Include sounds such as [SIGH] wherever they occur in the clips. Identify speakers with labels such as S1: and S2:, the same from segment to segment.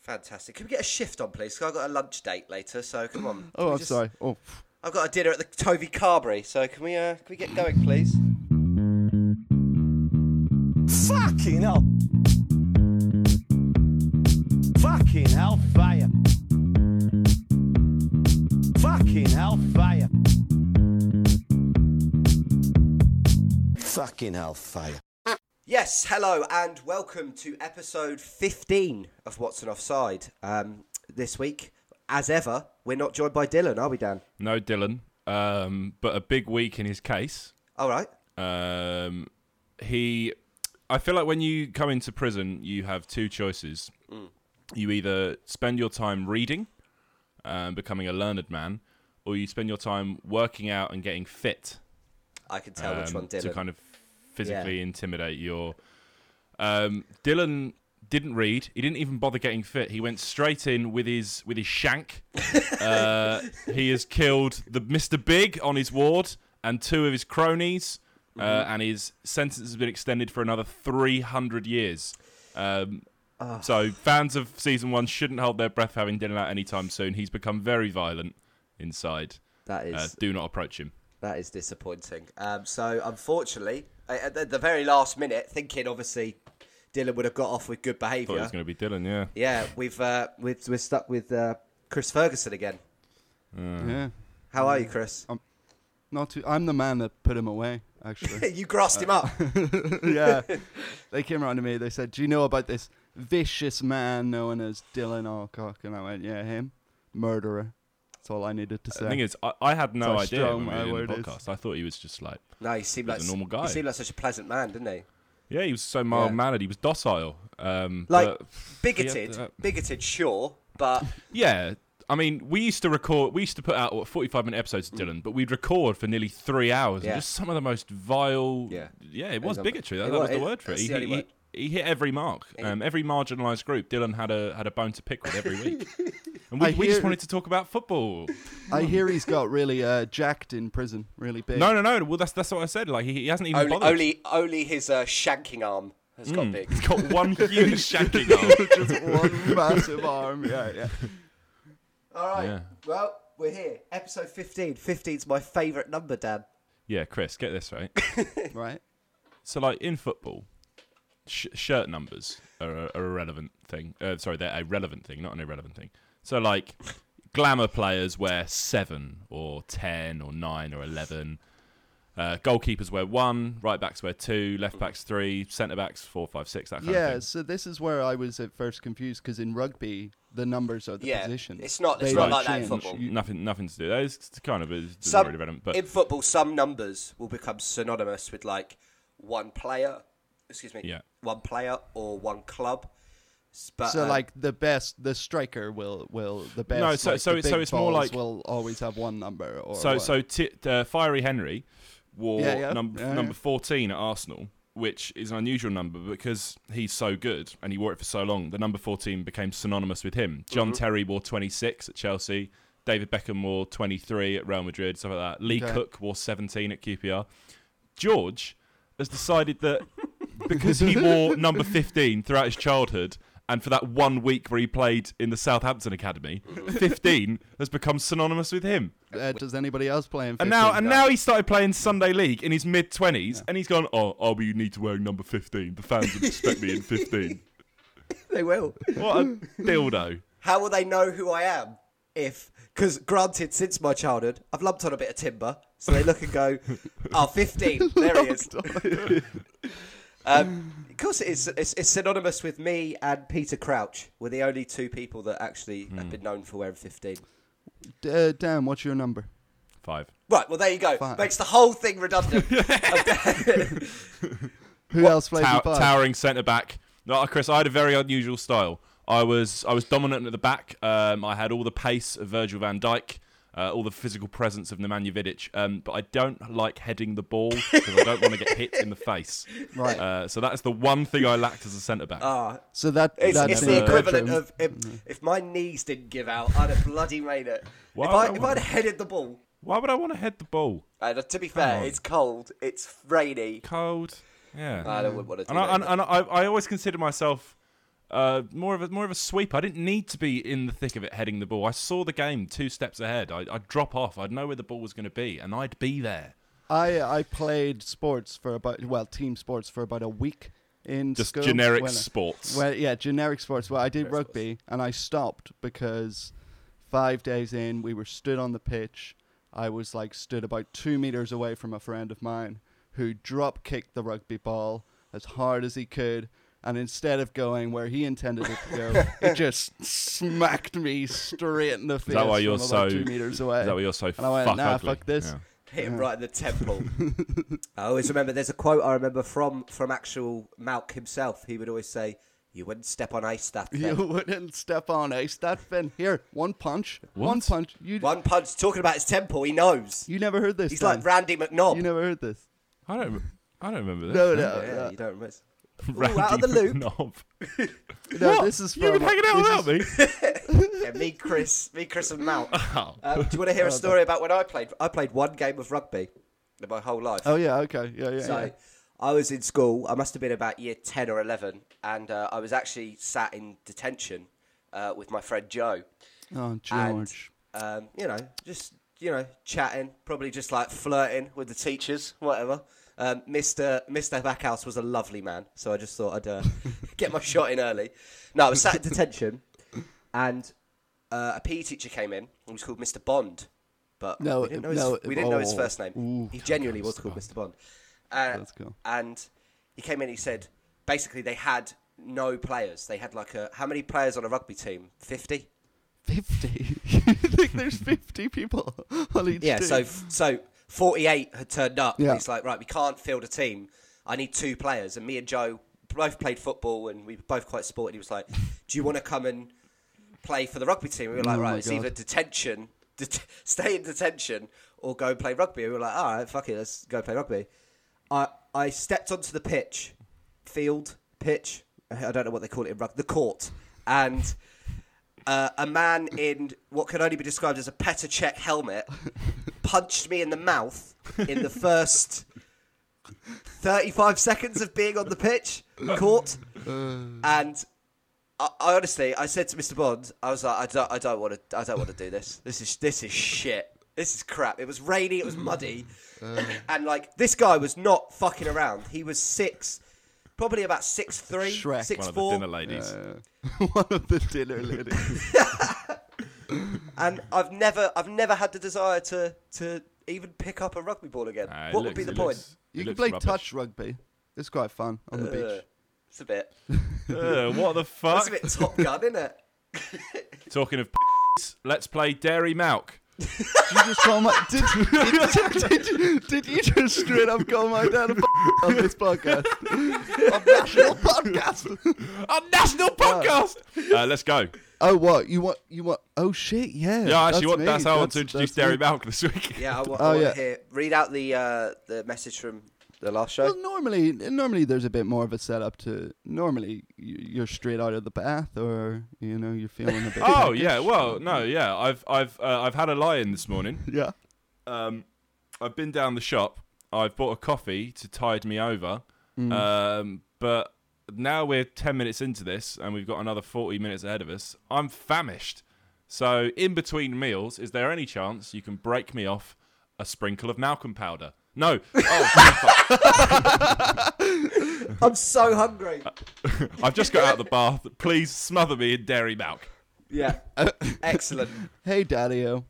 S1: Fantastic. Can we get a shift on, please? 'Cause I've got a lunch date later, so come on. Can
S2: Oh,
S1: we
S2: I'm
S1: just-
S2: sorry. Oh,
S1: I've got a dinner at the Tovey Carberry, so can we uh, can we get going, please?
S3: Fucking hell. Fucking hellfire. Fucking hellfire. Fucking hellfire.
S1: Yes, hello, and welcome to episode 15 of What's an Offside. Um, this week, as ever, we're not joined by Dylan, are we, Dan?
S4: No, Dylan. Um, but a big week in his case.
S1: All right.
S4: Um, he, I feel like when you come into prison, you have two choices. You either spend your time reading, um, becoming a learned man, or you spend your time working out and getting fit.
S1: I can tell which
S4: um,
S1: one
S4: to
S1: Dylan.
S4: kind of physically intimidate your. Um, Dylan didn't read. He didn't even bother getting fit. He went straight in with his with
S1: [LAUGHS]
S4: his shank. uh, he has killed the Mister Big on his ward and two of his cronies,
S1: Mm-hmm.
S4: uh, and his sentence has been extended for another three hundred years. Um,
S1: Ah.
S4: so fans of season one shouldn't hold their breath having Dylan out anytime soon. He's become very violent inside.
S1: That is
S4: Uh, do not approach him.
S1: That is disappointing. Um, so, unfortunately, I- at the, the very last minute, thinking obviously Dylan would have got off with good
S4: Thought it
S1: behaviour.
S4: was going to be Dylan. Yeah.
S1: Yeah, we've uh, we've we're stuck with uh, Chris Ferguson again.
S2: yeah.
S1: How are you, Chris?
S2: Not too. I'm the man that put him away.
S1: [LAUGHS] [LAUGHS]
S2: Actually, [LAUGHS]
S1: you grassed him up.
S2: yeah. They came around to me. They said, "Do you know about this vicious man known as Dylan Alcock?" And I went, "Yeah, him, murderer." That's all I needed to say.
S4: The thing is, I, I had no
S2: how
S4: idea
S2: strong
S4: when
S2: my
S4: we were doing the
S2: word is.
S4: podcast. I thought he was just like,
S1: No, he seemed
S4: He
S1: like
S4: was a normal guy.
S1: He seemed like such a pleasant man, didn't he?
S4: yeah, he was so mild mannered. He was docile. Um,
S1: Like
S4: but-
S1: bigoted,
S4: he had that-
S1: bigoted, sure,
S4: [LAUGHS]
S1: but
S4: yeah. I mean, we used to record. We used to put out what forty-five minute episodes of Dylan, but we'd record for nearly three hours.
S1: Yeah.
S4: And just some of the most vile.
S1: Yeah.
S4: it was
S1: unbe-
S4: bigotry. That,
S1: it
S4: that
S1: wa-
S4: was the
S1: it-
S4: word for it.
S1: that's
S4: He,
S1: the only
S4: he-
S1: word.
S4: he hit every mark. Um, every marginalised group, Dylan had a had a bone to pick
S1: [LAUGHS]
S4: with every week, and
S2: I
S4: we, we
S2: hear-
S4: just wanted to talk about football.
S2: I hear he's got really uh, jacked in prison, really big.
S4: no, no, no. Well, that's that's what I said. Like he, he hasn't even
S1: only
S4: bothered. Hmm.
S1: only, only his uh, shanking arm has got big.
S4: He's got
S1: [LAUGHS]
S4: one huge shanking arm.
S2: just [LAUGHS] one massive arm. Yeah,
S1: [LAUGHS]
S2: yeah.
S1: All right.
S4: Yeah.
S1: Well, we're here. Episode 15. 15's my favourite number, Dan.
S4: Yeah, Chris, get this right. [COUGHS]
S2: Right.
S4: So, like in football, sh- shirt numbers are a, are a relevant thing. Uh, sorry, they're a relevant thing, not an irrelevant thing. So, like, glamour players wear seven or ten or nine or eleven. Uh, goalkeepers wear one, right backs wear two, left backs three, centre backs four, five, six. That kind
S2: Yeah,
S4: of thing.
S2: so this is where I was at first confused because in rugby the numbers are the
S1: Yeah,
S2: position.
S1: it's not- it's
S2: They
S1: not
S2: don't
S1: like that in
S2: change.
S1: football.
S2: You-
S4: Nothing, nothing to do. Those it's kind of is
S1: Some,
S4: really relevant. But
S1: in football, some numbers will become synonymous with like one player, excuse me,
S4: Yeah.
S1: one player or one club. S-
S4: Uh,
S1: But,
S2: so
S1: um,
S2: like the best, the striker will will the best.
S4: so-
S2: like,
S4: so
S2: the
S4: it's- so
S2: big
S4: it's more
S2: balls
S4: like-
S2: will always have one number. Or
S4: So
S2: what?
S4: so t- uh, Fiery Henry wore
S2: Yeah, yeah.
S4: number
S2: Yeah,
S4: number
S2: yeah.
S4: 14 at Arsenal, which is an unusual number because he's so good and he wore it for so long. The number 14 became synonymous with him. John
S2: Mm-hmm.
S4: Terry wore 26 at Chelsea. David Beckham wore 23 at Real Madrid, stuff like that. Lee
S2: Okay.
S4: Cook wore 17 at QPR. George has decided
S2: [LAUGHS]
S4: that because he wore number 15 throughout his childhood and for that one week where he played in the Southampton Academy, 15 has become synonymous with him.
S2: uh, does anybody else play in?
S4: And now,
S2: 15?
S4: and now he started playing Sunday League in his mid twenties, and he's gone. Oh, oh, but you need to wear number fifteen. The fans would expect me in fifteen.
S1: they will.
S4: [LAUGHS] What a dildo!
S1: How will they know who I am? If, because granted, since my childhood, I've lumped on a bit of timber, so they look and go, "Oh, 15, there he is." [LAUGHS] um, of course, it's, it's it's synonymous with me and Peter Crouch. We're the only two people that actually
S4: Hmm.
S1: have been known for wearing 15.
S2: D- uh, Dan, what's your number?
S4: Five.
S1: Right, well, there you go.
S2: Fine.
S1: Makes the whole thing redundant.
S2: Who else plays
S4: Tow-
S2: in five?
S4: towering centre back. No, Chris, I had a very unusual style. I was I was dominant at the back. Um, I had all the pace of Virgil Van Dijk, uh, all the physical presence of Nemanja Vidic. Um, but I don't like heading the ball because I don't want to get hit in the face.
S2: [LAUGHS] Right. Ah.
S4: Uh, so that's the one thing I lacked as a centre back.
S2: so that
S1: It's,
S2: that
S1: it's
S2: being
S1: the equivalent
S2: bedroom-
S1: of if, if my knees didn't give out, I'd have bloody made it.
S4: Why
S1: if,
S4: would
S1: I,
S4: I
S1: if
S4: want
S1: I'd
S4: it?
S1: headed the ball,
S4: Why would I want to head the ball?
S1: and to be fair,
S4: on.
S1: it's cold, it's rainy.
S4: Cold. Yeah.
S2: Ah,
S1: I don't want to do
S4: And I,
S1: that.
S4: and, and I, I always consider myself Uh, more of a more of a sweeper. I didn't need to be in the thick of it heading the ball. I saw the game two steps ahead. I, I'd drop off. I'd know where the ball was going to be, and I'd be there.
S2: I I played sports for about well team sports for about a week in
S4: Just
S2: school.
S4: generic
S2: when I-
S4: sports.
S2: Well, yeah, generic sports. Well, I did
S4: Generic sports.
S2: rugby and I stopped because five days in we were stood on the pitch. I was like stood about two meters away from a friend of mine who drop kicked the rugby ball as hard as he could. And instead of going where he intended it to go,
S4: [LAUGHS]
S2: it just smacked me straight in the face.
S4: that why you're
S2: from about
S4: so-
S2: two meters away?
S4: is that why you're so
S2: And I went,
S4: fuck
S2: nah,
S4: ugly?"
S2: fuck this.
S4: Yeah.
S1: Hit him right in the temple.
S2: [LAUGHS]
S1: I always remember there's a quote I remember from from actual Malk himself. He would always say, "You wouldn't step on ice that
S2: You [LAUGHS]
S1: thing."
S2: wouldn't step on ice. That fin here, one punch, one
S4: What?
S2: punch. You
S1: One punch talking about his temple. He knows.
S2: you never heard this.
S1: He's
S2: Dan.
S1: like Randy McNobb.
S2: you never heard this.
S4: I don't. I don't remember [LAUGHS] this.
S2: No, no,
S1: yeah,
S2: no.
S1: you don't remember.
S4: Randy
S1: Ooh, out of the loop.
S2: [LAUGHS]
S4: Knob.
S2: no.
S4: What?
S2: This is from,
S4: You've been hanging out
S2: this
S4: without
S2: is-
S4: me.
S2: [LAUGHS]
S1: Yeah, me, Chris, me, Chris, and Malk.
S4: Oh.
S1: Um, do you want to hear a story about when I played? I played one game of rugby in my whole life.
S2: Oh yeah, okay, yeah, yeah.
S1: So
S2: yeah.
S1: I was in school. I must have been about year 10 or 11. And uh, I was actually sat in detention uh, with my friend Joe.
S2: Oh
S1: And,
S2: George,
S1: um, you know, just, you know, chatting, probably just like flirting with the teachers, whatever. Um, Mr. Mr. Backhouse was a lovely man. So I just thought I'd
S2: [LAUGHS]
S1: uh, get my shot in early. No, I was sat in detention. And uh, a PE teacher came in. He was called Mr. Bond. But
S2: No,
S1: we didn't know his,
S2: no,
S1: we didn't know his
S2: oh,
S1: first name.
S2: ooh,
S1: he genuinely was called Mr. Bond. Uh,
S2: That's cool.
S1: and he came in. He said, basically, they had no players. They had like a how many players on a rugby team? Fifty.
S2: fifty. [LAUGHS] you think there's fifty people on each
S1: Yeah.
S2: team?
S1: So so forty-eight had turned up.
S2: Yeah.
S1: And it's like right, we can't field a team. I need two players, and me and Joe both played football, and we were both quite sporty. He was like, "Do you want to come and play for the rugby team?" We were like,
S2: Oh
S1: "Right,
S2: my
S1: it's
S2: God.
S1: either detention, [LAUGHS] det- stay in detention, or go and play rugby." We were like, "All right, fuck it, let's go play rugby." I I stepped onto the pitch, field, pitch. I don't know what they call it in rugby. The court, and uh, a man in what can only be described as a Petr Cech
S2: [LAUGHS]
S1: helmet punched me in the mouth in the first 35 seconds of being on the pitch, caught, and. I, I honestly, I said to Mr. Bond, I was like, I don't, I don't want to, I don't want to do this. This is, this is shit. This is crap. It was rainy. It was muddy, and like this guy was not fucking around. He was six, probably about six three, six four.
S2: Shrek.
S4: One of the dinner ladies.
S2: Uh, [LAUGHS] one of the dinner
S4: [LAUGHS]
S2: ladies.
S1: and I've never I've never had the desire to to even pick up a rugby ball again.
S4: Nah, it
S1: what would
S4: looks-
S1: be the
S4: it
S1: point?
S4: looks- it
S2: you can
S4: looks
S2: play
S4: rubbish.
S2: touch rugby. It's quite fun on the
S1: Ugh,
S2: beach.
S1: it's a bit
S4: [LAUGHS] Uh, what the
S1: it's
S4: fuck?
S1: a bit Top Gun, isn't it?
S4: Talking of, [LAUGHS] let's play Dairy Malk.
S2: Did you just call my
S1: [LAUGHS]
S2: did, did, did, you- did you just straight up call my dad a b- on
S1: [LAUGHS]
S2: this podcast? on national podcast.
S4: A national podcast. [LAUGHS] Uh, let's go.
S2: Oh what? You want you want oh shit, yeah.
S4: Yeah, I actually, what,
S2: me.
S4: that's how I want to introduce
S2: that's
S4: Dairy
S2: me.
S4: Malk this week.
S1: Yeah, I want,
S2: Oh,
S1: I want
S2: yeah.
S1: to hear. Read out the uh, the message from the last
S2: Well,
S1: show.
S2: normally, normally there's a bit more of a setup to. Normally, you- you're straight out of the bath, or you know, you're feeling a bit.
S4: [LAUGHS] Oh
S2: peckish.
S4: yeah, well no, yeah. I've I've uh, I've had a lion this morning.
S2: yeah.
S4: Um, I've been down the shop. I've bought a coffee to tide me over. Um, but now we're ten minutes into this, and we've got another forty minutes ahead of us. I'm famished. So in between meals, is there any chance you can break me off a sprinkle of Malcolm powder? No. Oh, fuck.
S1: I'm so hungry.
S4: Uh, I've just got out of the bath. Please smother me in dairy milk.
S1: [LAUGHS] Yeah, excellent.
S2: Hey, Daddy-O.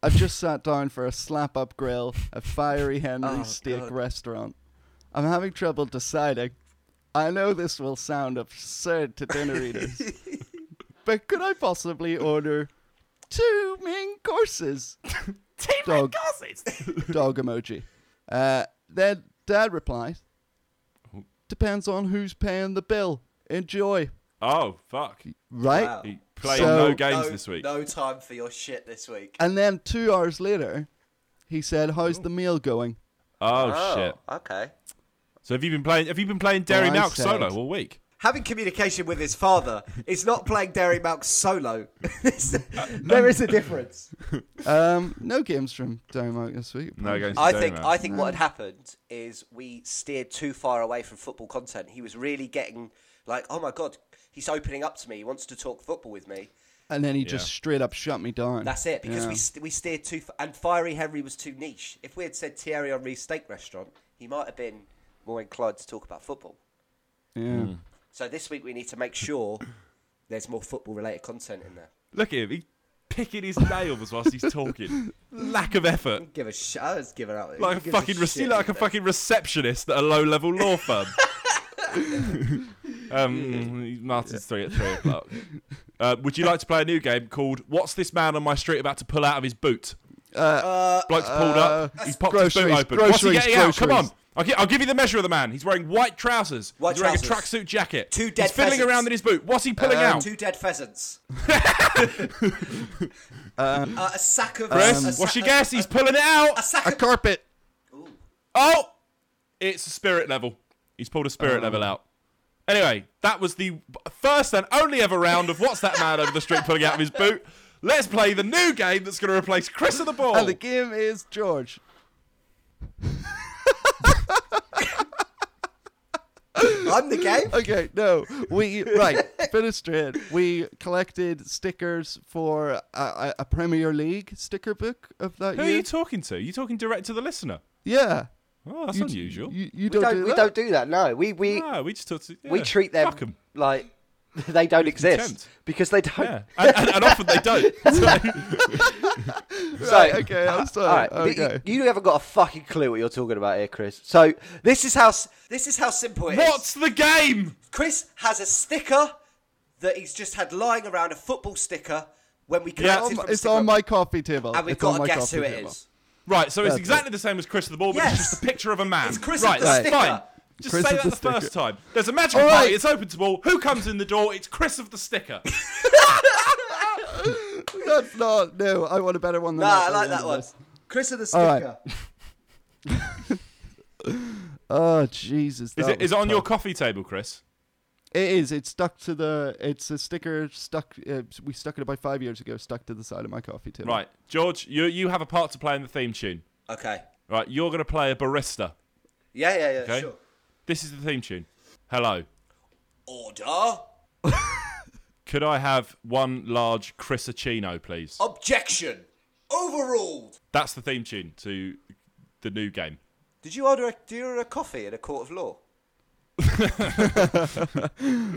S2: I've just sat down for a slap-up grill at Fiery Henry's
S1: Oh,
S2: Steak
S1: God.
S2: Restaurant. I'm having trouble deciding. I know this will sound absurd
S1: [LAUGHS]
S2: to dinner eaters, but could I possibly order two main
S1: [LAUGHS]
S2: courses? Dog. [LAUGHS] dog emoji. Uh, then dad replies,
S1: Oh.
S2: "Depends on who's paying the bill. Enjoy."
S4: Oh fuck!
S2: Right.
S1: Wow.
S4: He played
S2: So-
S4: no games
S1: no,
S4: this week. Oh,
S1: No time for your shit this week.
S2: And then two hours later, he said, "How's the meal going?"
S4: Oh, shit!
S1: Okay.
S4: So have you been playing? Have you been playing Dairy
S2: Well, I
S4: Milk
S2: said-
S4: solo all week?
S1: Having communication with his father is not playing Dairy Milk solo. [LAUGHS]
S4: Uh,
S1: there is a difference.
S4: [LAUGHS]
S2: Um, no games from Domark this week.
S4: No games.
S1: I
S4: to
S1: think
S4: Dairy
S1: I
S4: Milk.
S1: think what had happened is we steered too far away from football content. He was really getting like, oh my god, he's opening up to me. He wants to talk football with me.
S2: And then he just
S4: Yeah.
S2: straight up shut me down.
S1: That's it because we
S2: Yeah.
S1: st- we steered too f and Fiery Henry was too niche. If we had said Thierry Henry's steak restaurant, he might have been more inclined to talk about football.
S2: yeah.
S4: Mm.
S1: So this week we need to make
S5: [LAUGHS]
S1: sure there's more football related content in there.
S4: Look at him. He's picking his nails whilst
S2: [LAUGHS]
S4: he's talking. Lack of effort.
S1: Give a shit. I was giving up.
S4: Like a fucking re- like a fucking receptionist at a low level
S1: [LAUGHS]
S4: law firm. um, Martin's three at three o'clock. Uh, would you like to play a new game called "What's This Man on My Street About to Pull Out of His Boot"?
S1: Uh,
S4: Bloke's pulled up. He's popped his
S2: groceries,
S4: boot open. What's he
S2: groceries,
S4: getting out? Come on.
S2: groceries.
S4: I'll, gi- I'll give you the measure of the man. He's wearing white trousers.
S1: White
S4: He's wearing
S1: trousers.
S4: a tracksuit jacket.
S1: Two dead
S4: He's fiddling
S1: pheasants.
S4: around in his boot. What's he pulling out?
S1: two
S5: [LAUGHS]
S1: dead
S4: [LAUGHS]
S1: pheasants. uh, a sack of.
S4: Um, Chris,
S1: a
S4: what's
S1: sa-
S4: your guess? He's pulling it out.
S1: A sack
S2: Um, A
S1: of.
S2: carpet.
S4: Oh, it's a spirit level. He's pulled a spirit level
S2: Oh.
S4: out. Anyway, that was the first and only ever round of What's That Man Over the Street Pulling Out of His Boot. Let's play the new game that's going to replace Chris of the Ball.
S2: And the game is George.
S1: I'm the
S4: [LAUGHS]
S1: game.
S2: Okay, no, we right finished it. We collected stickers for a, a, a Premier League sticker book of that
S4: Who are
S2: year.
S4: you talking to? You talking direct to the listener?
S2: yeah,
S4: Oh, that's
S2: You-
S4: unusual.
S2: You, you
S5: We
S2: don't,
S5: don't,
S2: do
S5: we
S2: that?
S5: don't do that. No, we we
S4: Ah, we just talk to,
S5: we
S4: yeah,
S5: treat them
S4: fuck 'em.
S5: like [LAUGHS] they don't exist
S4: contempt.
S5: because they don't.
S4: Yeah, and, and, and often they
S2: [LAUGHS]
S4: don't. So,
S5: So
S2: okay,
S1: Uh,
S2: I'm sorry.
S5: All right, but
S2: okay.
S5: you, you haven't got a fucking clue what you're talking about here, Chris. So this
S1: This is how. s- This is how simple it is.
S4: what's the game?
S1: Chris has a sticker that he's just had lying around a football sticker when we
S4: Yeah.
S1: collected
S4: It's
S1: from
S2: it's
S1: sticker-
S2: on my coffee table.
S1: and we've
S2: It's
S1: got
S2: on
S1: to
S2: my
S1: guess who
S2: coffee
S1: it
S2: table.
S1: is.
S4: Right, so it's
S2: That's
S4: exactly the same as Chris of the Ball, but
S1: Yes.
S4: it's just a picture of a man.
S1: It's Chris of
S4: right,
S1: the
S4: that's
S1: sticker.
S4: fine. Just
S2: Chris
S4: say
S2: of the
S4: that the, first
S2: sticker.
S4: time. There's a magical
S2: All
S4: party.
S2: right.
S4: It's open to all. Who comes in the door? It's Chris of the sticker.
S2: That's not. No, I want a better one than
S1: Nah,
S2: that.
S1: I like that one. Chris of the sticker.
S2: Oh Jesus!
S4: Is
S2: that
S4: it, is it
S2: was
S4: on your
S2: tough.
S4: coffee table, Chris?
S2: It is. It's stuck to the. It's a sticker stuck. Uh, we stuck it about five years ago. Stuck to the side of my coffee table.
S4: Right, George, you you have a part to play in the theme tune.
S1: Okay.
S4: Right, you're going to play a barista.
S1: Yeah, yeah, yeah.
S4: Okay.
S1: Sure.
S4: This is the theme tune. Hello.
S1: Order.
S4: Could I have one large Chrisicino, please?
S2: Oh.
S1: Objection. Overruled.
S4: That's the theme tune to the new game.
S1: Did you order a, do you order a coffee in a court of law?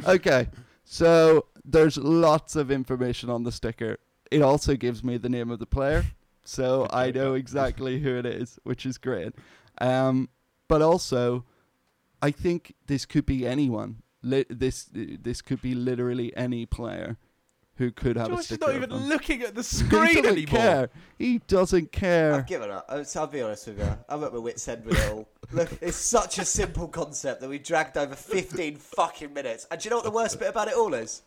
S2: Okay. So there's lots of information on the sticker. It also gives me the name of the player, so I know exactly who it is, which is great. Um, but also, I think this could be anyone. Li- this this could be literally any player who could have a
S4: George is
S2: sticker.
S4: not
S2: of
S4: even
S2: them.
S4: looking at the
S2: he
S4: screen
S2: doesn't
S4: anymore.
S2: care. He doesn't care.
S1: I've given up. I'll, I'll be honest with you. I'm at my wits' end with it all. Look, it's such a simple concept that we dragged over 15 fucking minutes. And do you know what the worst bit about it all is?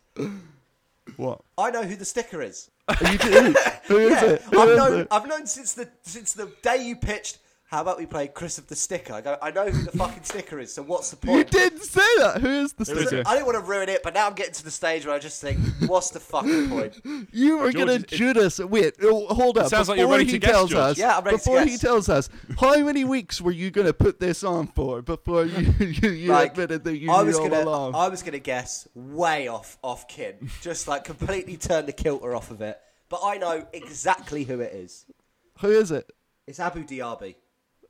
S2: What?
S1: I know who the sticker is.
S2: You do?
S1: [LAUGHS]
S2: Who is
S1: Yeah,
S2: it? Who
S1: I've
S2: is
S1: known,
S2: it?
S1: I've known since the since the day you pitched. How about we play Chris of the Sticker? I go. I know
S2: [LAUGHS]
S1: who the fucking sticker is. So what's the point?
S2: You didn't say that. Who is the
S4: is
S2: sticker?
S4: it?
S1: I didn't want to ruin it, but now I'm getting to the stage where I just think, what's the fucking point?
S2: You were
S4: George,
S2: gonna
S4: it-
S2: Judas. Wait, oh, hold up.
S4: sounds
S2: before
S4: like you're ready
S2: he
S4: to guess,
S2: tells
S4: George.
S2: us,
S1: Yeah, I'm ready to
S2: before he
S1: guess.
S2: tells us, how many weeks were you gonna put this on for before you [LAUGHS] you, you
S1: Like,
S2: admitted that you
S1: I
S2: knew
S1: was
S2: all
S1: gonna,
S2: along?
S1: I was gonna guess way off, off kin, just like completely turn the kilter off of it. But I know exactly who it is.
S2: Who is it?
S1: It's Abu Dhabi.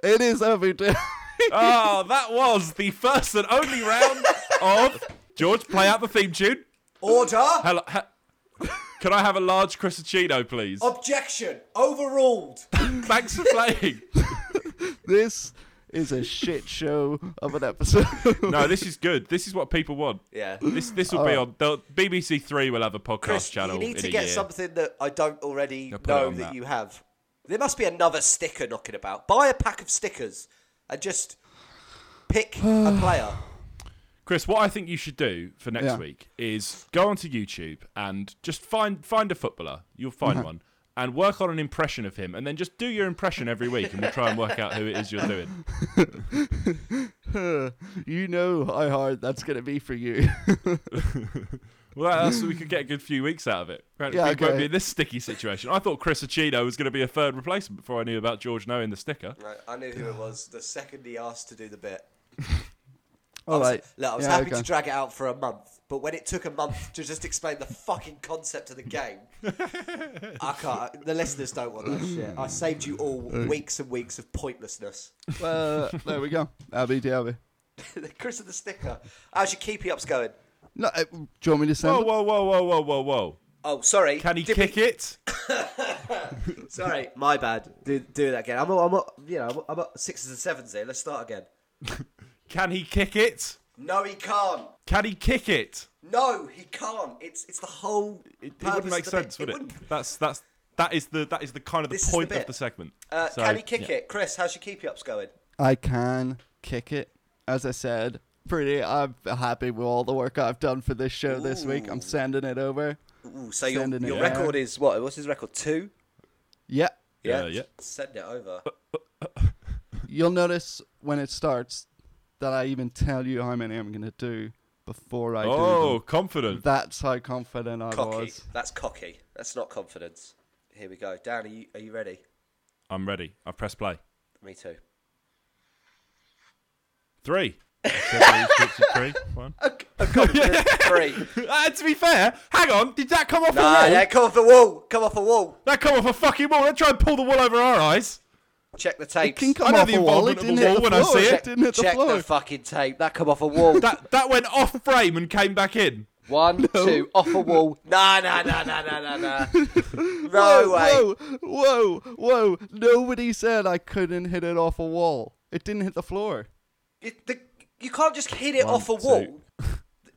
S2: It is every day. [LAUGHS]
S4: Oh, that was the first and only round of George. Play out the theme tune.
S1: Order.
S4: Hello, ha- can I have a large Crisacino, please?
S1: Oh, Objection. Overruled.
S4: Thanks for playing.
S2: this is a shit show of an episode. [LAUGHS]
S4: No, this is good. This is what people want.
S1: Yeah.
S4: This this will be on they'll- BBC Three. Will have a podcast
S1: Chris,
S4: channel.
S1: you need
S4: in
S1: to
S4: a
S1: get
S4: year.
S1: something that I don't already
S4: put it
S1: know
S4: on
S1: that,
S4: that.
S1: you have. There must be another sticker knocking about. Buy a pack of stickers and just pick a player. [SIGHS]
S4: Chris, what I think you should do for next
S2: Yeah.
S4: week is go onto YouTube and just find find a footballer. You'll find one and work on an impression of him, and then just do your impression every week, and we'll try and work out who it is you're doing.
S2: you know how hard that's gonna be for you. [LAUGHS]
S4: Well, that- that's we could get a good few weeks out of it. Right,
S2: Yeah,
S4: we
S2: okay.
S4: won't be in this sticky situation. I thought Chris Achino was going to be a third replacement before I knew about George knowing the sticker.
S1: Right, I knew who it was the second he asked to do the bit. I was,
S2: right.
S1: Look, I was
S2: Yeah,
S1: happy
S2: okay.
S1: to drag it out for a month, but when it took a month to just explain the fucking concept of the
S4: [LAUGHS]
S1: game, I can't. The listeners don't want that shit. I saved you all weeks and weeks of pointlessness. [LAUGHS]
S2: Well, Uh, there we
S4: [LAUGHS]
S2: go. Abby Dabby.
S1: Chris and the sticker. How's your keepy ups going?
S2: No, uh, do you want me to send?
S4: Whoa,
S2: it?
S4: whoa, whoa, whoa, whoa, whoa, whoa.
S1: Oh, sorry.
S4: Can he
S1: Did
S4: kick it?
S1: we- Sorry,
S4: [LAUGHS]
S1: my bad. Do, do that again. I'm, I'm, you know, I'm, I'm at sixes and sevens here. Let's start again.
S4: Can he kick it?
S1: No, he can't.
S4: Can he kick it?
S1: No, he can't. It's it's the whole.
S4: It, it
S1: purpose
S4: wouldn't make
S1: of the bit.
S4: sense, would it?
S1: wouldn't.
S4: That's that's that is the that is the kind of the
S1: This is the
S4: point
S1: bit.
S4: of the segment.
S1: Uh,
S4: So,
S1: can he kick
S4: yeah.
S1: it, Chris? How's your keepy ups going?
S2: I can kick it. As I said, pretty. I'm happy with all the work I've done for this show this week. I'm sending it over.
S1: Ooh, so your,
S2: Sending it
S1: your
S2: out.
S1: record is what? What's his record? Two.
S2: Yeah,
S4: Yeah, yeah.
S1: Send it over.
S2: you'll notice when it starts that I even tell you how many I'm gonna do before I
S4: Oh,
S2: do. Them.
S4: confident.
S2: That's how confident I
S1: Cocky.
S2: was.
S1: That's cocky. That's not confidence. Here we go. Dan, are you, are you ready?
S4: I'm ready. I've pressed play.
S1: Me too. [LAUGHS]
S4: Three. Three.
S1: [LAUGHS]
S4: One.
S1: A confident three.
S4: Uh, to be fair, hang on. Did that come off a
S1: Nah,
S4: wall?
S1: yeah, come off the wall. Come off the wall.
S4: That come off a fucking wall. Don't try and pull the wall over our eyes.
S1: Check the tapes.
S2: Can
S4: I
S2: come
S4: know
S2: off
S4: the
S2: a wall. It didn't
S4: involvement of a
S2: hit
S4: wall
S2: the
S4: when I
S2: floor.
S4: see it.
S2: It didn't hit the
S1: Check
S2: floor.
S1: the fucking tape. That come off a wall.
S2: [LAUGHS]
S4: That that went off frame and came back in.
S1: One, two, off a wall. [LAUGHS] Nah, nah, nah, nah, nah, nah, nah. No way.
S2: [LAUGHS] whoa, whoa, whoa, whoa! Nobody said I couldn't hit it off a wall. It didn't hit the floor.
S1: It, the, you can't just hit it
S4: One,
S1: off a
S4: two.
S1: wall.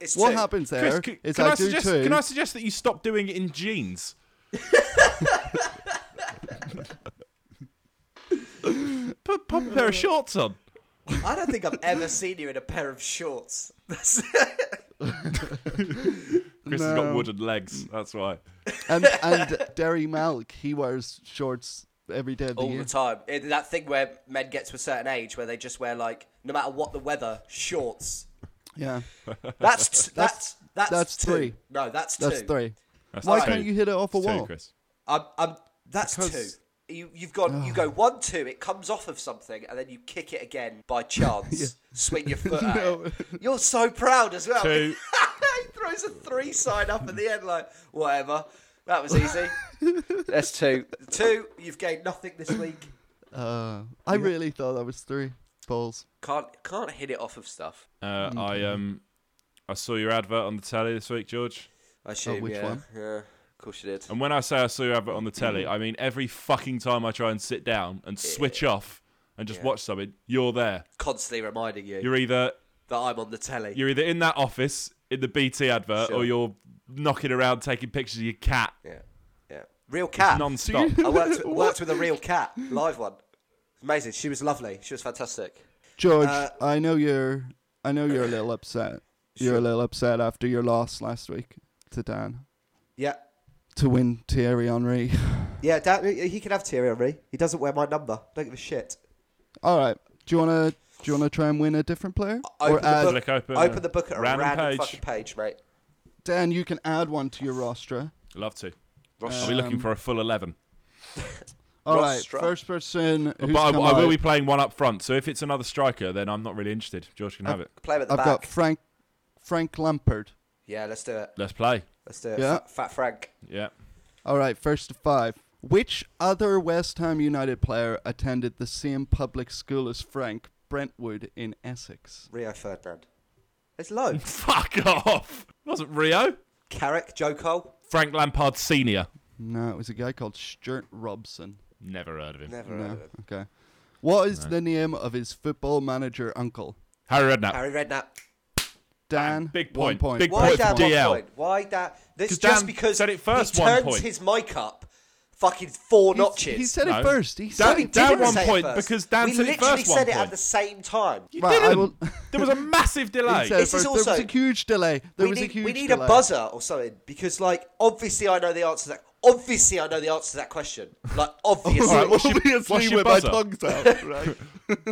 S1: It's
S2: What
S1: two.
S2: happens there
S4: Chris,
S2: is
S4: c- can, I
S2: do
S4: suggest,
S2: two.
S4: can I suggest that you stop doing it
S2: [LAUGHS]
S4: in jeans? put, put a pair of shorts on.
S1: I don't think I've ever seen you in a pair of shorts. [LAUGHS] That's-
S4: Chris has got wooden legs. That's why. [LAUGHS]
S2: and and Derry Malik, he wears shorts every day of the
S1: all
S2: year.
S1: the time. It, that thing where men get to a certain age where they just wear like no matter what the weather,
S2: [LAUGHS]
S1: shorts.
S2: Yeah,
S1: That's t- that's,
S2: That's-
S1: that's
S2: that's
S1: two.
S2: three.
S1: No, that's two.
S2: that's three.
S4: That's
S2: Why
S4: two.
S2: can't you hit it off a
S4: Two,
S2: wall?
S4: Chris.
S1: I'm, I'm, that's
S4: Because-
S1: two. You, you've got you
S2: Ah.
S1: go one two. It comes off of something, and then you kick it again by
S2: [LAUGHS]
S1: chance. Swing your foot out.
S2: No.
S1: You're so proud as well.
S4: Two.
S1: [LAUGHS] he throws a three sign up at the end, like whatever. That was
S2: [LAUGHS]
S1: easy.
S5: That's two.
S1: two. You've gained nothing this week.
S2: Uh, I really thought that was three balls.
S1: Can't can't hit it off of stuff.
S4: Uh, I um, I saw your advert on the telly this week, George.
S1: I assume.
S2: which
S1: yeah.
S2: one?
S1: Yeah. Of course you did.
S4: And when I say I saw your advert on the telly, I mean every fucking time I try and sit down and switch off and just watch something, you're there.
S1: Constantly reminding you
S4: You're either
S1: that I'm on the telly.
S4: you're either in that office in the BT advert
S1: Sure.
S4: or you're knocking around taking pictures of your cat
S1: yeah. Ah. Yeah. Real cat.
S2: [LAUGHS]
S4: non-stop.
S1: I worked with, worked with a real cat, live one. Amazing. She was lovely. She was fantastic.
S2: George, I know you're. I know you're a little upset. You're a little upset after your loss last week to Dan
S1: Yeah.
S2: to win Thierry Henry. [SIGHS]
S1: Yeah, Dan, he can have Thierry Henry. He doesn't wear my number. Don't give a shit.
S2: All right, do you wanna do you wanna try and win a different player
S1: Open,
S2: or
S1: the,
S2: add
S1: book,
S4: Click open,
S1: open
S4: uh,
S1: the book at a random,
S4: random page.
S1: fucking page, mate.
S2: Dan? You can add one to your roster.
S4: Love to.
S1: Uh,
S4: I'll be
S2: Um,
S4: looking for a full eleven,
S2: All right,
S1: Rostra.
S2: first person. Who's
S4: but I,
S2: come
S4: I will
S2: out.
S4: be playing one up front. So if it's another striker, then I'm not really interested. George can have it.
S1: Play him at the
S2: I've
S1: back.
S2: got Frank Frank Lampard.
S1: yeah, let's do it.
S4: Let's play.
S1: Let's do it.
S2: Yeah.
S1: Fat, Fat Frank.
S4: Yeah. [LAUGHS]
S2: All right, first to five. Which other West Ham United player attended the same public school as Frank Brentwood in Essex?
S1: Rio Ferdinand. It's [LAUGHS] low.
S4: Fuck off. Wasn't Rio?
S1: Carrick, Joe Cole.
S4: Frank Lampard Senior.
S2: No, it was a guy called Stuart Robson.
S4: Never heard of him.
S1: Never heard
S2: No,
S1: of him.
S2: okay. What is the name of his football manager uncle?
S4: Harry Redknapp.
S1: Harry Redknapp.
S2: Dan.
S4: Big
S2: one
S4: point. Big
S1: Why
S4: point for
S1: that one
S4: DL.
S1: point? Why that? This
S4: 'Cause
S1: just
S4: Dan
S1: because
S4: said it first,
S1: he
S4: one
S1: turns
S4: point.
S1: his mic up fucking four
S2: He's-
S1: notches.
S2: He said
S4: No.
S2: it first. He
S4: Dan-
S2: said
S1: No, he
S2: it.
S4: Dan-
S1: didn't
S4: one
S1: say it
S4: point,
S1: first.
S4: because Dan
S1: we
S4: said it
S1: literally
S4: first
S1: said
S4: one
S1: it at
S4: point.
S1: the same time.
S4: You
S2: Right, I
S4: didn't.
S2: will-
S4: there was a massive delay.
S2: He said [LAUGHS] it
S1: This is
S2: first. There was
S1: also-
S2: a huge delay. There
S1: we
S2: was
S1: need,
S2: a huge
S1: we need
S2: delay.
S1: a buzzer or something because, like, obviously I know the answer to that. Obviously I know the answer to that question.
S2: [LAUGHS]
S1: Like, obviously,
S4: All right, what's your- what's
S2: Obviously,
S4: your
S2: with my
S4: buzzer?
S2: tongue's out.
S4: [LAUGHS]
S2: Right.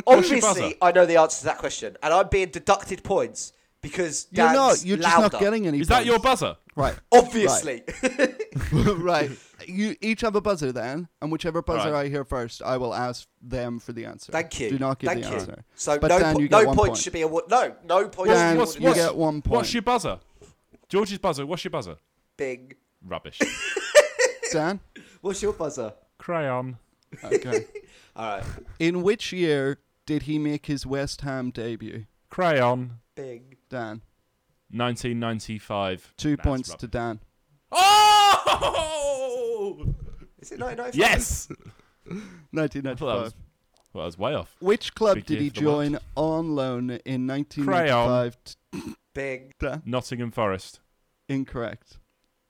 S1: obviously
S4: buzzer?
S1: I know the answer to that question, and I'm being deducted points because
S2: You're
S1: Dan's
S2: not. You're just
S1: louder. [LAUGHS]
S2: not getting any.
S4: Is that your
S2: points.
S4: buzzer?
S2: Right. [LAUGHS]
S1: Obviously,
S4: [LAUGHS]
S2: right. you each have a buzzer then, and whichever buzzer
S4: Right.
S2: I hear first, I will ask them for the
S1: [LAUGHS]
S2: answer.
S1: Thank you.
S2: Do not give
S1: Thank
S2: the
S1: you.
S2: answer.
S1: So
S2: But
S1: no,
S2: Dan,
S1: po-
S2: you get
S1: no
S2: one
S1: points
S2: point.
S1: should be awarded. No, no points
S2: Dan,
S1: should be awarded.
S2: you get one point.
S4: What's your buzzer? George's buzzer. What's your buzzer?
S1: Bing.
S4: Rubbish.
S2: [LAUGHS] Dan.
S1: What's your buzzer?
S4: Crayon.
S2: Okay.
S1: [LAUGHS] All right.
S2: In which year did he make his West Ham debut?
S4: Crayon.
S1: Bing.
S2: Dan.
S4: 1995.
S2: Two
S4: That's
S2: points to
S4: rubbish.
S2: Dan.
S4: Oh!
S1: Is it 1995?
S4: [LAUGHS] Yes. I thought that
S2: 1995.
S4: was, well, I was way off.
S2: Which club
S4: Big
S2: did
S4: year
S2: he
S4: for the Welsh.
S2: join on loan in 1995? T-
S1: Bing.
S2: Dan?
S4: Nottingham Forest.
S2: Incorrect.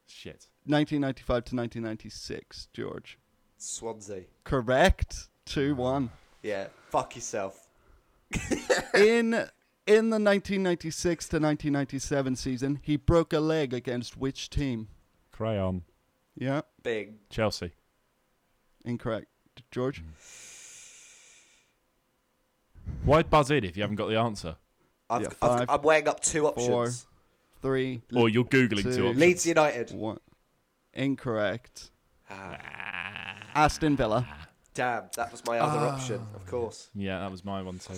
S4: Shit.
S2: 1995 to 1996, George.
S1: Swansea.
S2: Correct. 2 1.
S1: Yeah. Fuck yourself.
S2: in in the 1996 to 1997 season, he broke a leg against which team?
S4: Crayon.
S2: Yeah,
S1: Bing.
S4: Chelsea.
S2: incorrect. George,
S4: Why buzz in if you haven't got the answer?
S1: I've,
S2: Yeah,
S1: I've,
S2: five,
S1: I'm weighing up two options.
S2: three,
S4: Or you're googling
S2: Two.
S4: two options.
S1: Leeds United.
S2: one. Incorrect.
S1: Ah,
S2: Aston Villa.
S1: damn, that was my other
S4: Ah.
S1: option. Of course.
S4: Yeah, that was my one too.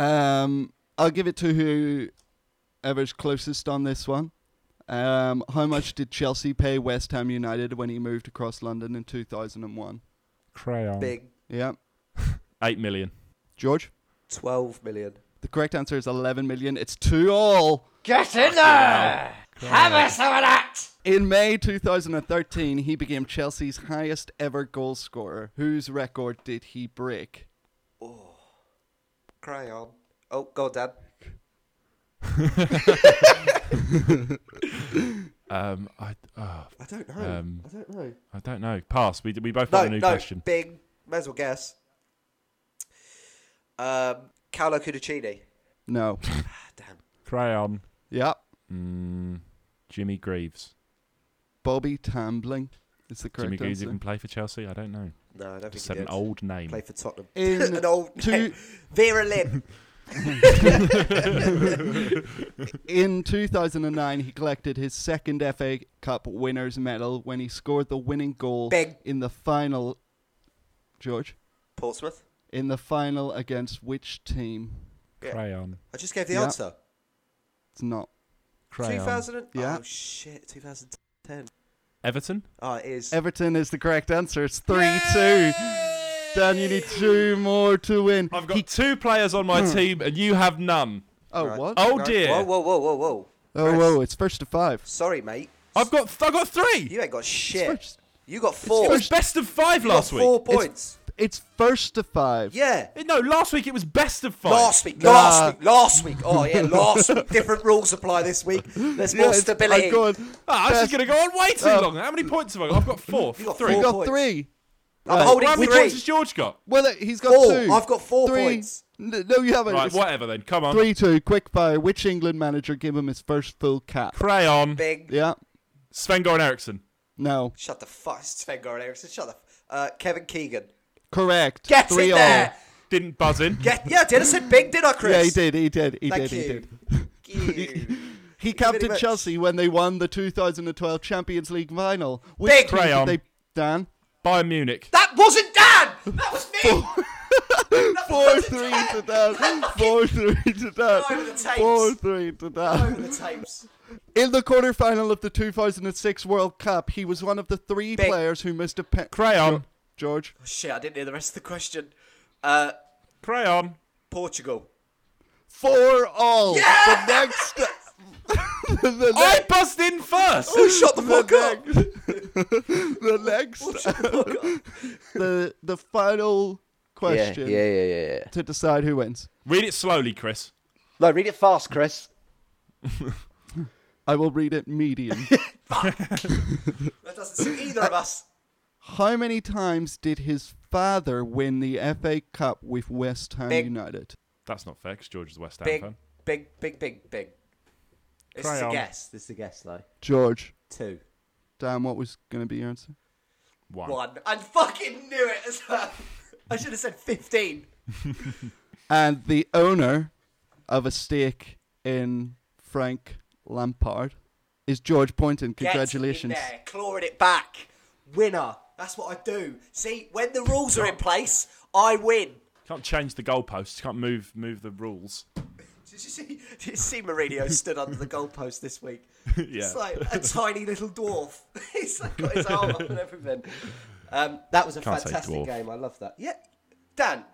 S2: Um, I'll give it to whoever's closest on this one. Um, how much did Chelsea pay West Ham United when he moved across London in 2001?
S4: Crayon.
S1: Bing.
S2: Yeah,
S4: Eight million.
S2: George.
S1: Twelve million.
S2: The correct answer is 11 million. It's two all. Get in there! Have us some of that! In May 2013, he became Chelsea's highest ever goal scorer. Whose record did he break?
S1: Crayon. Oh, go on, Dan.
S4: Um, I, oh,
S1: I don't know.
S4: Um,
S1: I don't know.
S4: I don't know. Pass. We, we both
S1: No,
S4: got a new
S1: no.
S4: question.
S1: Bing. May as well guess. Um, Carlo Cudicini.
S2: No.
S1: Ah, damn.
S4: Crayon.
S2: yep.
S4: Mm, Jimmy Greaves.
S2: Bobby Tambling is the correct
S4: Jimmy Greaves
S2: answer.
S4: even play for Chelsea? I don't know.
S1: No, I don't
S4: Just
S1: think
S4: said
S1: he
S4: an
S1: did.
S4: old name.
S1: Play for Tottenham. [LAUGHS]
S2: In
S1: an old
S2: two-
S1: name. Vera
S4: [LAUGHS]
S1: Lynn.
S2: In 2009, he collected his second FA Cup winner's medal when he scored the winning goal
S1: Big.
S2: in the final. George?
S1: Portsmouth.
S2: In the final against which team?
S1: Yeah.
S4: Crayon.
S1: I just gave the
S2: Yeah.
S1: answer.
S2: It's not.
S4: Crayon.
S1: 2000. and-
S2: Yeah.
S1: Oh shit. 2010.
S4: Everton.
S1: Oh, it is.
S2: Everton is the correct answer. It's 3 2. Dan, you need two more to win.
S4: I've got two players on
S1: Hmm.
S4: my team, and you have none.
S2: Oh,
S1: Right.
S2: what?
S4: Oh
S1: Right.
S4: dear.
S1: Whoa, whoa, whoa, whoa, whoa.
S2: Oh, whoa. It's first to five.
S1: Sorry, mate.
S4: I've got th- I got three.
S1: You ain't got shit.
S2: first-
S1: You got
S4: It
S1: four.
S4: was best of five
S1: You got
S4: last
S1: four
S4: week. Eh,
S1: points.
S2: It's first to five.
S1: Yeah.
S4: No, last week it was best of five.
S1: Last week, last week, last week. Oh
S2: [LAUGHS]
S1: yeah, last week. Different rules apply this week. There's more
S2: it's-
S1: stability.
S2: I've got,
S4: Ah, this is
S2: best-
S4: going to go on way too
S2: Oh.
S4: long. How many points have I got? I've got four.
S1: You got
S4: three.
S1: four.
S2: you got
S1: points.
S2: three.
S1: I'm
S2: Right.
S1: holding
S4: How many
S1: three.
S4: points has George got?
S2: Well, look, he's got
S1: Four.
S2: two.
S1: I've got four
S2: Three.
S1: points.
S2: N- No, you haven't.
S4: Right,
S2: It's
S4: whatever then. Come on.
S2: 3 2. Quick fire. Which England manager gave him his first full cap?
S4: Crayon.
S1: Big.
S2: Yeah.
S4: Sven Goran Eriksson.
S2: No.
S1: Shut the fuck, Sven Goran Eriksson. Shut the. F- uh, Kevin Keegan.
S2: Correct.
S1: Get
S2: three
S1: in there.
S4: Didn't buzz in.
S1: Get yeah. Did I say big? Did I,
S2: all.
S1: Chris?
S2: Yeah, he did. He did. He
S1: Thank
S2: did. He
S1: you.
S2: did.
S1: Thank
S2: [LAUGHS]
S1: you.
S2: He
S1: very
S2: captained
S1: much.
S2: Chelsea when they won the 2012 Champions League final. Which
S1: Big
S2: team
S4: Crayon.
S2: did they Dan?
S4: Bayern Munich.
S1: That wasn't Dan. That was me. [LAUGHS] That
S2: Four
S1: wasn't
S2: three
S1: Dan.
S2: to Dan. Four three to
S1: Over the
S2: Dan.
S1: tapes.
S2: Four three to
S1: Over [LAUGHS]
S2: Dan.
S1: the tapes.
S2: In the quarterfinal of the 2006 World Cup, he was one of the three
S1: Big.
S2: players who missed a penalty.
S4: Crayon.
S2: George.
S1: Oh, Shit, I didn't hear the rest of the question. Uh,
S4: Crayon.
S1: Portugal.
S2: [LAUGHS] Four all. The next. [LAUGHS] the next.
S4: I buzzed in first.
S1: Oh, shut the fuck up!
S2: the
S1: Oh,
S2: next. [LAUGHS] the the
S5: Yeah,
S2: final
S5: yeah,
S2: question
S5: yeah, yeah, yeah.
S2: to decide who wins.
S4: Read it slowly, Chris.
S5: No, read it fast, Chris.
S2: I will read it medium.
S1: That doesn't suit either of
S2: [LAUGHS]
S1: us.
S2: How many times did his father win the FA Cup with West Ham
S1: Big.
S2: United?
S4: That's not fair because George is a West Ham
S1: Big,
S4: fan.
S1: big, big, big, big. This
S4: Cry
S1: is a
S4: on.
S1: guess. This is a guess, though.
S2: George,
S1: Two.
S2: Dan, what was going to be your answer?
S4: One.
S1: One. I fucking knew it as well. [LAUGHS] I should have said 15.
S2: And the owner of a stake in Frank Lampard is George Poynton.
S1: Get in
S2: Congratulations.
S1: there, clawing it back. winner. That's what I do. See, when the rules are in place, I win. [LAUGHS]
S4: Can't change the goalposts. Can't move move the rules.
S1: Did you see? Did you see Mourinho stood under the goalpost this week?
S4: [LAUGHS] Yeah.
S1: It's like a tiny little dwarf. [LAUGHS] He's like got his arm up and everything. Um, that was a
S4: Can't say
S1: fantastic
S4: dwarf.
S1: game. I love that. Yeah, Dan,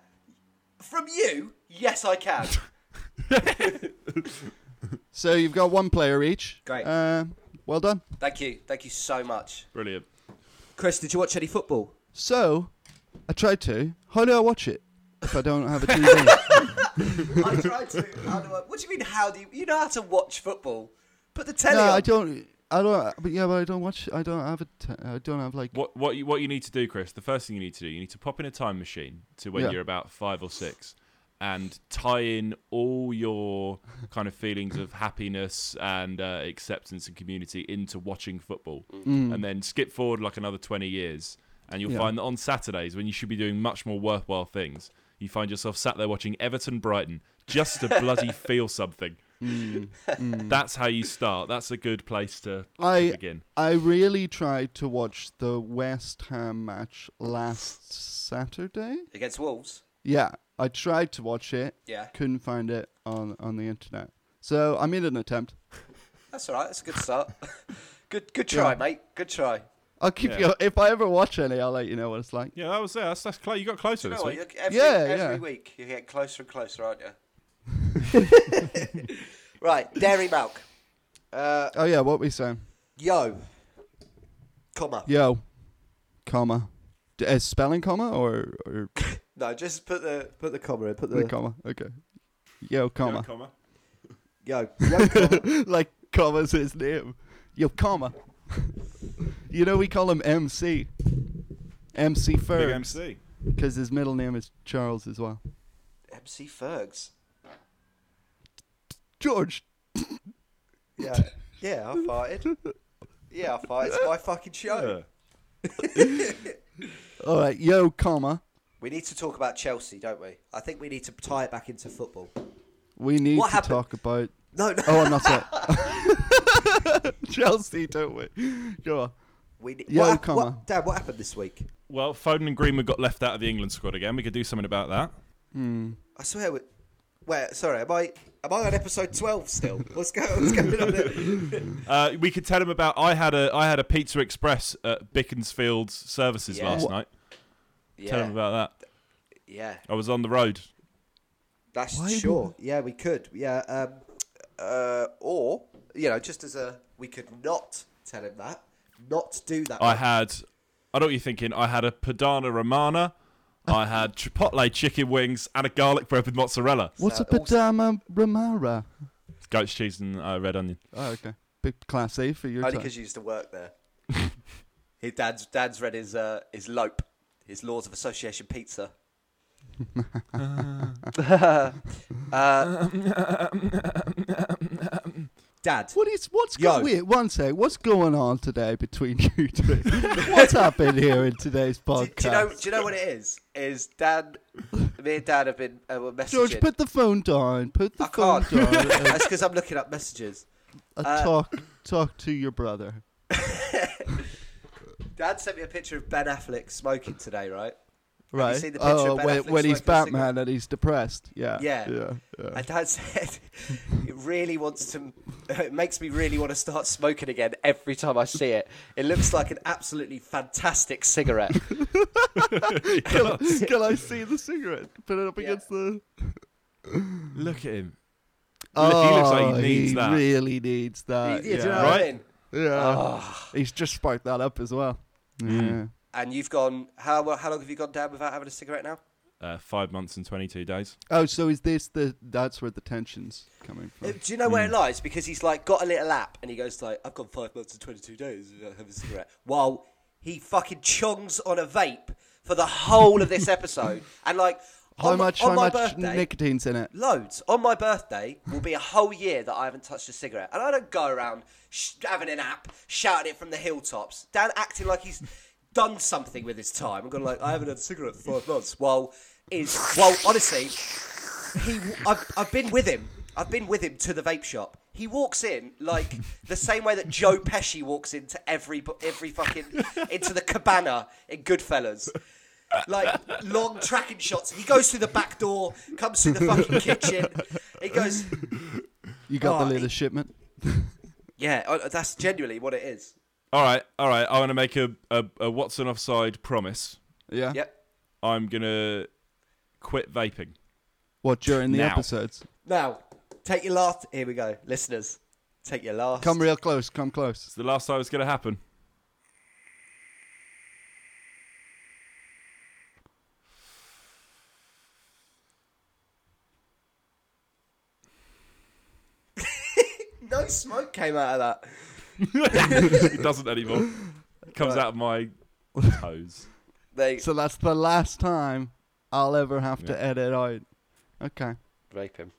S1: from you, yes, I
S4: [LAUGHS]
S1: can.
S2: So you've got one player each.
S1: Great.
S2: Uh, well done.
S1: Thank you. Thank you so much.
S4: Brilliant.
S1: Chris, did you watch any football?
S4: [LAUGHS]
S2: So I tried to. How do I watch it if I don't have a
S1: [LAUGHS]
S2: TV?
S1: I tried to. How do I, what do you mean? How do you? You know how to watch football? Put the telly
S2: no,
S1: on.
S2: I don't. I don't. But yeah, but I don't watch. I don't have a. T- I don't have like.
S4: What what you, what you need to do, Chris? The first thing you need to do, you need to pop in a time machine to when
S2: Yeah.
S4: you're about five or six, and tie in all your kind of feelings of happiness and uh, acceptance and community into watching football, and then skip forward like another twenty years, and you'll
S2: Mm. Yeah.
S4: find that on Saturdays when you should be doing much more worthwhile things, you find yourself sat there watching Everton Brighton just to
S2: [LAUGHS]
S4: bloody feel something.
S2: Mm.
S4: That's how you start. That's a good place to, to
S2: I
S4: begin.
S2: I really tried to watch the West Ham match last Saturday.
S1: Against Wolves.
S2: Yeah, I tried to watch it.
S1: Yeah.
S2: Couldn't find it on on the internet. So I made an attempt.
S1: That's all right. That's a good start. [LAUGHS] good, good try,
S2: Yeah.
S1: mate. Good try.
S2: I'll keep
S4: Yeah.
S2: you. If I ever watch any, I'll let you know what it's like.
S4: Yeah, that was it. That's, that's close. You got closer
S1: You know
S4: this
S1: what,
S4: week.
S1: you're- every,
S2: Yeah,
S1: every
S2: yeah.
S1: week you get closer and closer, aren't [LAUGHS] you? right, dairy milk. Uh,
S2: Oh yeah, what we saying?
S1: yo, comma.
S2: Yo, comma, D- uh, spelling comma or or
S1: No, just put the put the comma in. Put the
S2: the comma? Okay. Yo, comma.
S4: comma.
S1: yo. yo [LAUGHS] comma.
S2: [LAUGHS] like comma's his name. Yo, comma. [LAUGHS] you know we call him MC. MC Ferg, because his middle name is Charles as well.
S1: MC Fergs.
S2: George.
S1: Yeah, [LAUGHS] yeah. I farted. Yeah, I farted. It's my fucking show.
S2: All right, yo, comma.
S1: We need to talk about Chelsea, don't we? I think we need to tie it back into football.
S2: We need
S1: What
S2: to
S1: happened?
S2: talk about.
S1: No, no.
S2: Oh, I'm not saying. [LAUGHS] Chelsea, don't we? Go on.
S1: We need,
S2: Yo,
S1: what hap-
S2: comma.
S1: What, Dad, what happened this week?
S4: Well, Foden and Greenwood got left out of the England squad again. We could do something about that.
S1: I swear. We, wait, sorry. Am I am I on episode twelve still? [LAUGHS] What's going, what's going on? There?
S4: Uh, we could tell them about. I had a I had a Pizza Express at Beaconsfield's services
S1: Yeah.
S4: last
S1: Wha-
S4: night.
S1: Yeah,
S4: [LAUGHS] Tell them about that.
S1: yeah.
S4: I was on the road.
S1: That's
S2: Why
S1: sure. Yeah, we could. Yeah. Um, uh, or you know, just as a we could not tell him that, not do that.
S2: Oh.
S4: I had. I know what you're thinking. I had a Padana Romana. I had Chipotle chicken wings and a garlic bread with mozzarella,
S2: What's a
S1: also-
S2: Padama um, Ramara?
S4: goat's cheese and uh, red onion.
S2: Oh, okay. Big class A for your
S1: only
S2: time.
S1: because you used to work there. [LAUGHS] his dad's dad's read his uh, his lope, his laws of association
S4: [LAUGHS]
S1: pizza. [LAUGHS] Uh, um, [LAUGHS] Dad,
S2: What is what's
S1: Yo.
S2: going? Wait, one sec. What's going on today between [LAUGHS]
S1: [LAUGHS]
S2: you two? what's happened here in today's
S1: do,
S2: podcast?
S1: do you know do you know what it is? Is Dan, me and Dad have been uh, were messaging.
S2: George, put the phone down. Put the
S1: I
S2: phone
S1: can't.
S2: down.
S1: [LAUGHS]
S2: and,
S1: That's because I'm looking up messages.
S2: and
S1: Uh,
S2: talk talk to your brother.
S1: Dad sent me a picture of Ben Affleck smoking today, right?
S2: Right.
S1: seen the picture
S2: oh,
S1: of Ben
S2: when,
S1: Affleck
S2: when he's
S1: smoking a
S2: Batman and he's depressed. Yeah.
S1: Yeah.
S2: Yeah. [LAUGHS] yeah.
S1: And Dad [LAUGHS] said, it really wants to, it makes me really want to start smoking again every time I see it. It looks like an absolutely fantastic
S2: [LAUGHS]
S1: cigarette.
S2: Can, I, can I see the cigarette? Put it up
S1: Yeah.
S2: against the.
S4: Look at him.
S2: Oh,
S4: he looks like he needs
S2: he
S4: that.
S2: really needs
S1: yeah,
S2: that.
S1: do you know
S2: Uh, yeah.
S1: what I
S4: Right?
S1: mean?
S2: Yeah. He's just sparked that up as well. Yeah.
S1: And you've gone, how, how long have you gone down without having a cigarette now?
S4: Uh, five months and 22 days.
S2: Oh, so is this the? That's where the tensions coming
S1: Uh,
S2: from.
S1: Do you know where it
S2: Hmm.
S1: lies? Because he's like got a little app and he goes like, I've gone five months and 22 days without having a cigarette. While he fucking chongs on a vape for the whole of this episode. And like,
S2: How
S1: on,
S2: much?
S1: on
S2: How
S1: my
S2: much
S1: birthday,
S2: nicotine's in it?
S1: Loads. On my birthday will be a whole year that I haven't touched a cigarette. And I don't go around sh- having an app, shouting it from the hilltops. Dan acting like he's done something with his time. I'm going like, I haven't had a cigarette for five months. Well, is well, honestly, he, I've, I've been with him. I've been with him to the vape shop. He walks in like the same way that Joe Pesci walks into every bu- every fucking into the cabana in Goodfellas. Like long tracking shots. He goes through the back door, comes through the fucking kitchen. He goes,
S2: You got
S1: Oh,
S2: the
S1: he-
S2: little shipment.
S1: yeah, uh, that's genuinely what it is.
S4: All right, all right. I want to make a, a, a Watson offside promise.
S2: Yeah.
S1: Yep.
S4: I'm gonna quit vaping.
S2: What during the
S4: Now.
S2: episodes?
S1: Now, take your last. Here we go, listeners. Take your last.
S2: Come real close. Come close.
S4: It's the last time it's gonna happen. [LAUGHS]
S1: no smoke came out of that.
S4: it doesn't anymore. It comes out of my toes.
S1: They
S2: So that's the last time I'll ever have
S4: Yeah.
S2: to edit out. Okay.
S1: rape him.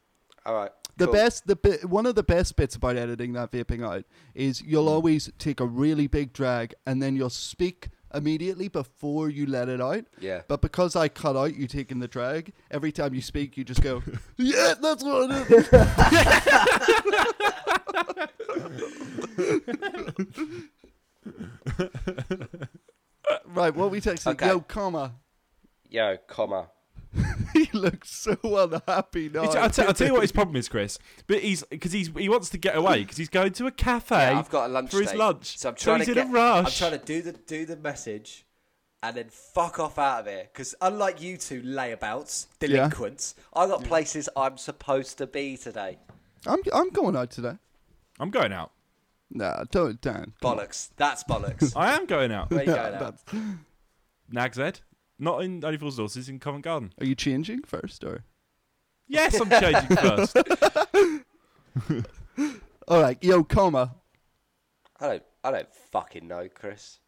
S1: All right.
S2: The
S1: cool.
S2: best, the bit, one of the best bits about editing that vaping out is
S1: Mm.
S2: you'll always take a really big drag and then you'll speak immediately before you let it out.
S1: Yeah.
S2: But because I cut out you taking the drag, every time you speak, you just
S1: [LAUGHS]
S2: go, "Yeah, that's what it is." [LAUGHS] right, what we texted?
S1: Okay.
S2: Yo, comma. [LAUGHS]
S1: Yo, comma.
S2: He looks so unhappy now.
S4: I'll, t- I'll tell you what his problem is, Chris. But he's because he's he wants to get away because he's going to a cafe.
S1: Yeah, I've got a lunch
S4: for his
S1: date,
S4: lunch.
S1: so I'm trying
S4: he's
S1: to
S4: in
S1: get,
S4: a rush.
S1: I'm trying to do the do the message, and then fuck off out of here. Because unlike you two layabouts, delinquents, I got places I'm supposed to be today.
S2: I'm I'm going out today.
S4: I'm going out.
S2: Nah, don't Dan.
S1: Bollocks. That's
S4: [LAUGHS]
S1: bollocks.
S4: I am going out.
S1: Where you going now?
S2: That's-
S4: Nags Ed. Not in Only Fools Horses in Covent Garden.
S2: Are you changing first or?
S4: Yes,
S1: [LAUGHS]
S4: I'm changing first.
S2: All right, yo, comma.
S1: I don't. I don't fucking know, Chris.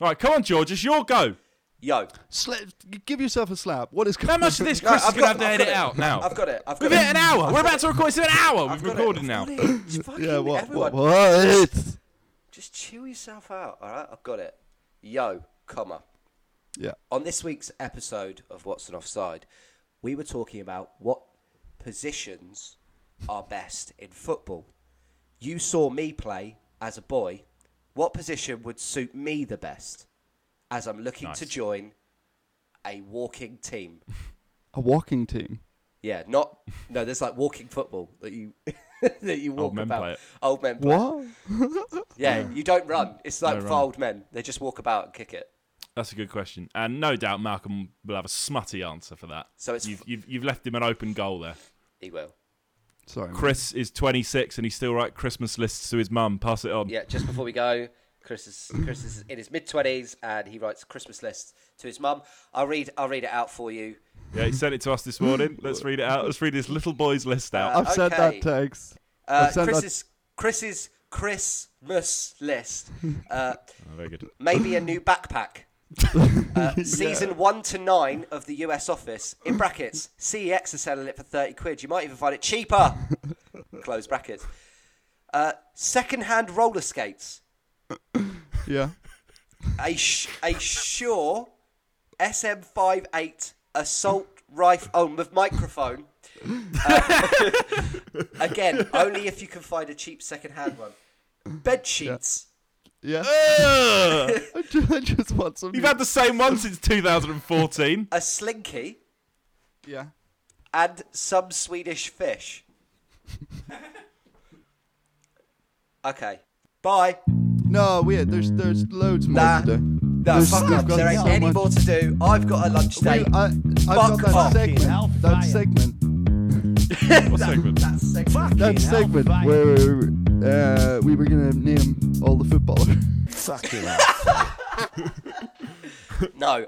S4: All right, come on, George. It's your go.
S1: Yo,
S2: Sla- give yourself a slap. What is
S4: How
S2: comma?
S4: much of this
S1: No,
S4: Chris
S1: I've
S4: is going
S1: got-
S4: to have to
S1: I've
S4: edit
S1: got it.
S4: out now?
S1: I've got it. I've got
S4: We've
S1: it.
S4: hit an hour. We're about to record this in an hour.
S1: I've
S4: We've
S1: got it,
S4: recorded
S1: I've
S4: now.
S1: got it.
S4: [LAUGHS]
S1: Just fucking
S2: [LAUGHS] Yeah, what?
S1: everyone,
S2: What? what?
S1: just chill yourself out. All right, I've got it. Yo, comma.
S2: Yeah.
S1: On this week's episode of What's an Offside, we were talking about what positions are best in football. You saw me play as a boy. What position would suit me the best as I'm looking to
S4: Nice.
S1: join a walking team?
S2: A walking team.
S1: Yeah, not no. There's like walking football that you [LAUGHS] that you walk
S4: men
S1: about.
S4: play it.
S1: Old men. Play.
S2: What?
S1: Yeah, you don't run. It's like
S4: No
S1: for
S4: run.
S1: old men. They just walk about and kick it.
S4: That's a good question, and no doubt Malcolm will have a smutty answer for that.
S1: So it's
S4: you've,
S1: f-
S4: you've, you've left him an open goal there.
S1: He will.
S2: Sorry. man.
S4: Chris is 26 and he still writes Christmas lists to his mum. Pass it on.
S1: Yeah, just before we go, Chris is Chris is in his mid twenties and he writes a Christmas list to his mum. I'll read I'll read it out for you.
S4: Yeah, he sent it to us this morning. Let's read it out. Let's read this little boy's list
S1: Uh,
S4: out.
S2: I've sent
S1: okay.
S2: that text.
S1: Uh,
S2: I've sent that-
S1: Chris's Chris's Christmas list. Uh,
S4: Oh, very good. [LAUGHS]
S1: maybe a new backpack. Uh, season one to nine of the US office in brackets. CEX are selling it for thirty quid. You might even find it cheaper. Close brackets. Uh, second-hand roller skates.
S2: Yeah.
S1: a sh- a Shure SM58 assault rifle oh, with microphone. Uh, [LAUGHS] again, only if you can find a cheap second-hand one. Bed sheets.
S2: Yeah.
S4: Ugh!
S2: I ju- I just want some.
S4: You've had the same one since 2014.
S1: a slinky,
S2: Yeah.
S1: and some Swedish fish. [LAUGHS] okay, bye.
S2: No, wait. There's there's loads more
S1: Nah.
S2: to do.
S1: No,
S2: There's-
S1: fuck
S2: we've
S1: up.
S2: got
S1: There ain't
S2: so
S1: any
S2: much-
S1: more to do. I've got a lunch
S2: We- I,
S1: date.
S2: I've got that
S1: off.
S2: segment. That
S3: Fucking
S2: segment.
S4: What segment?
S1: That's sick.
S2: That
S3: Fucking
S2: segment
S3: hellfire.
S2: where uh, we were gonna name all the footballers.
S3: Fucking
S1: No.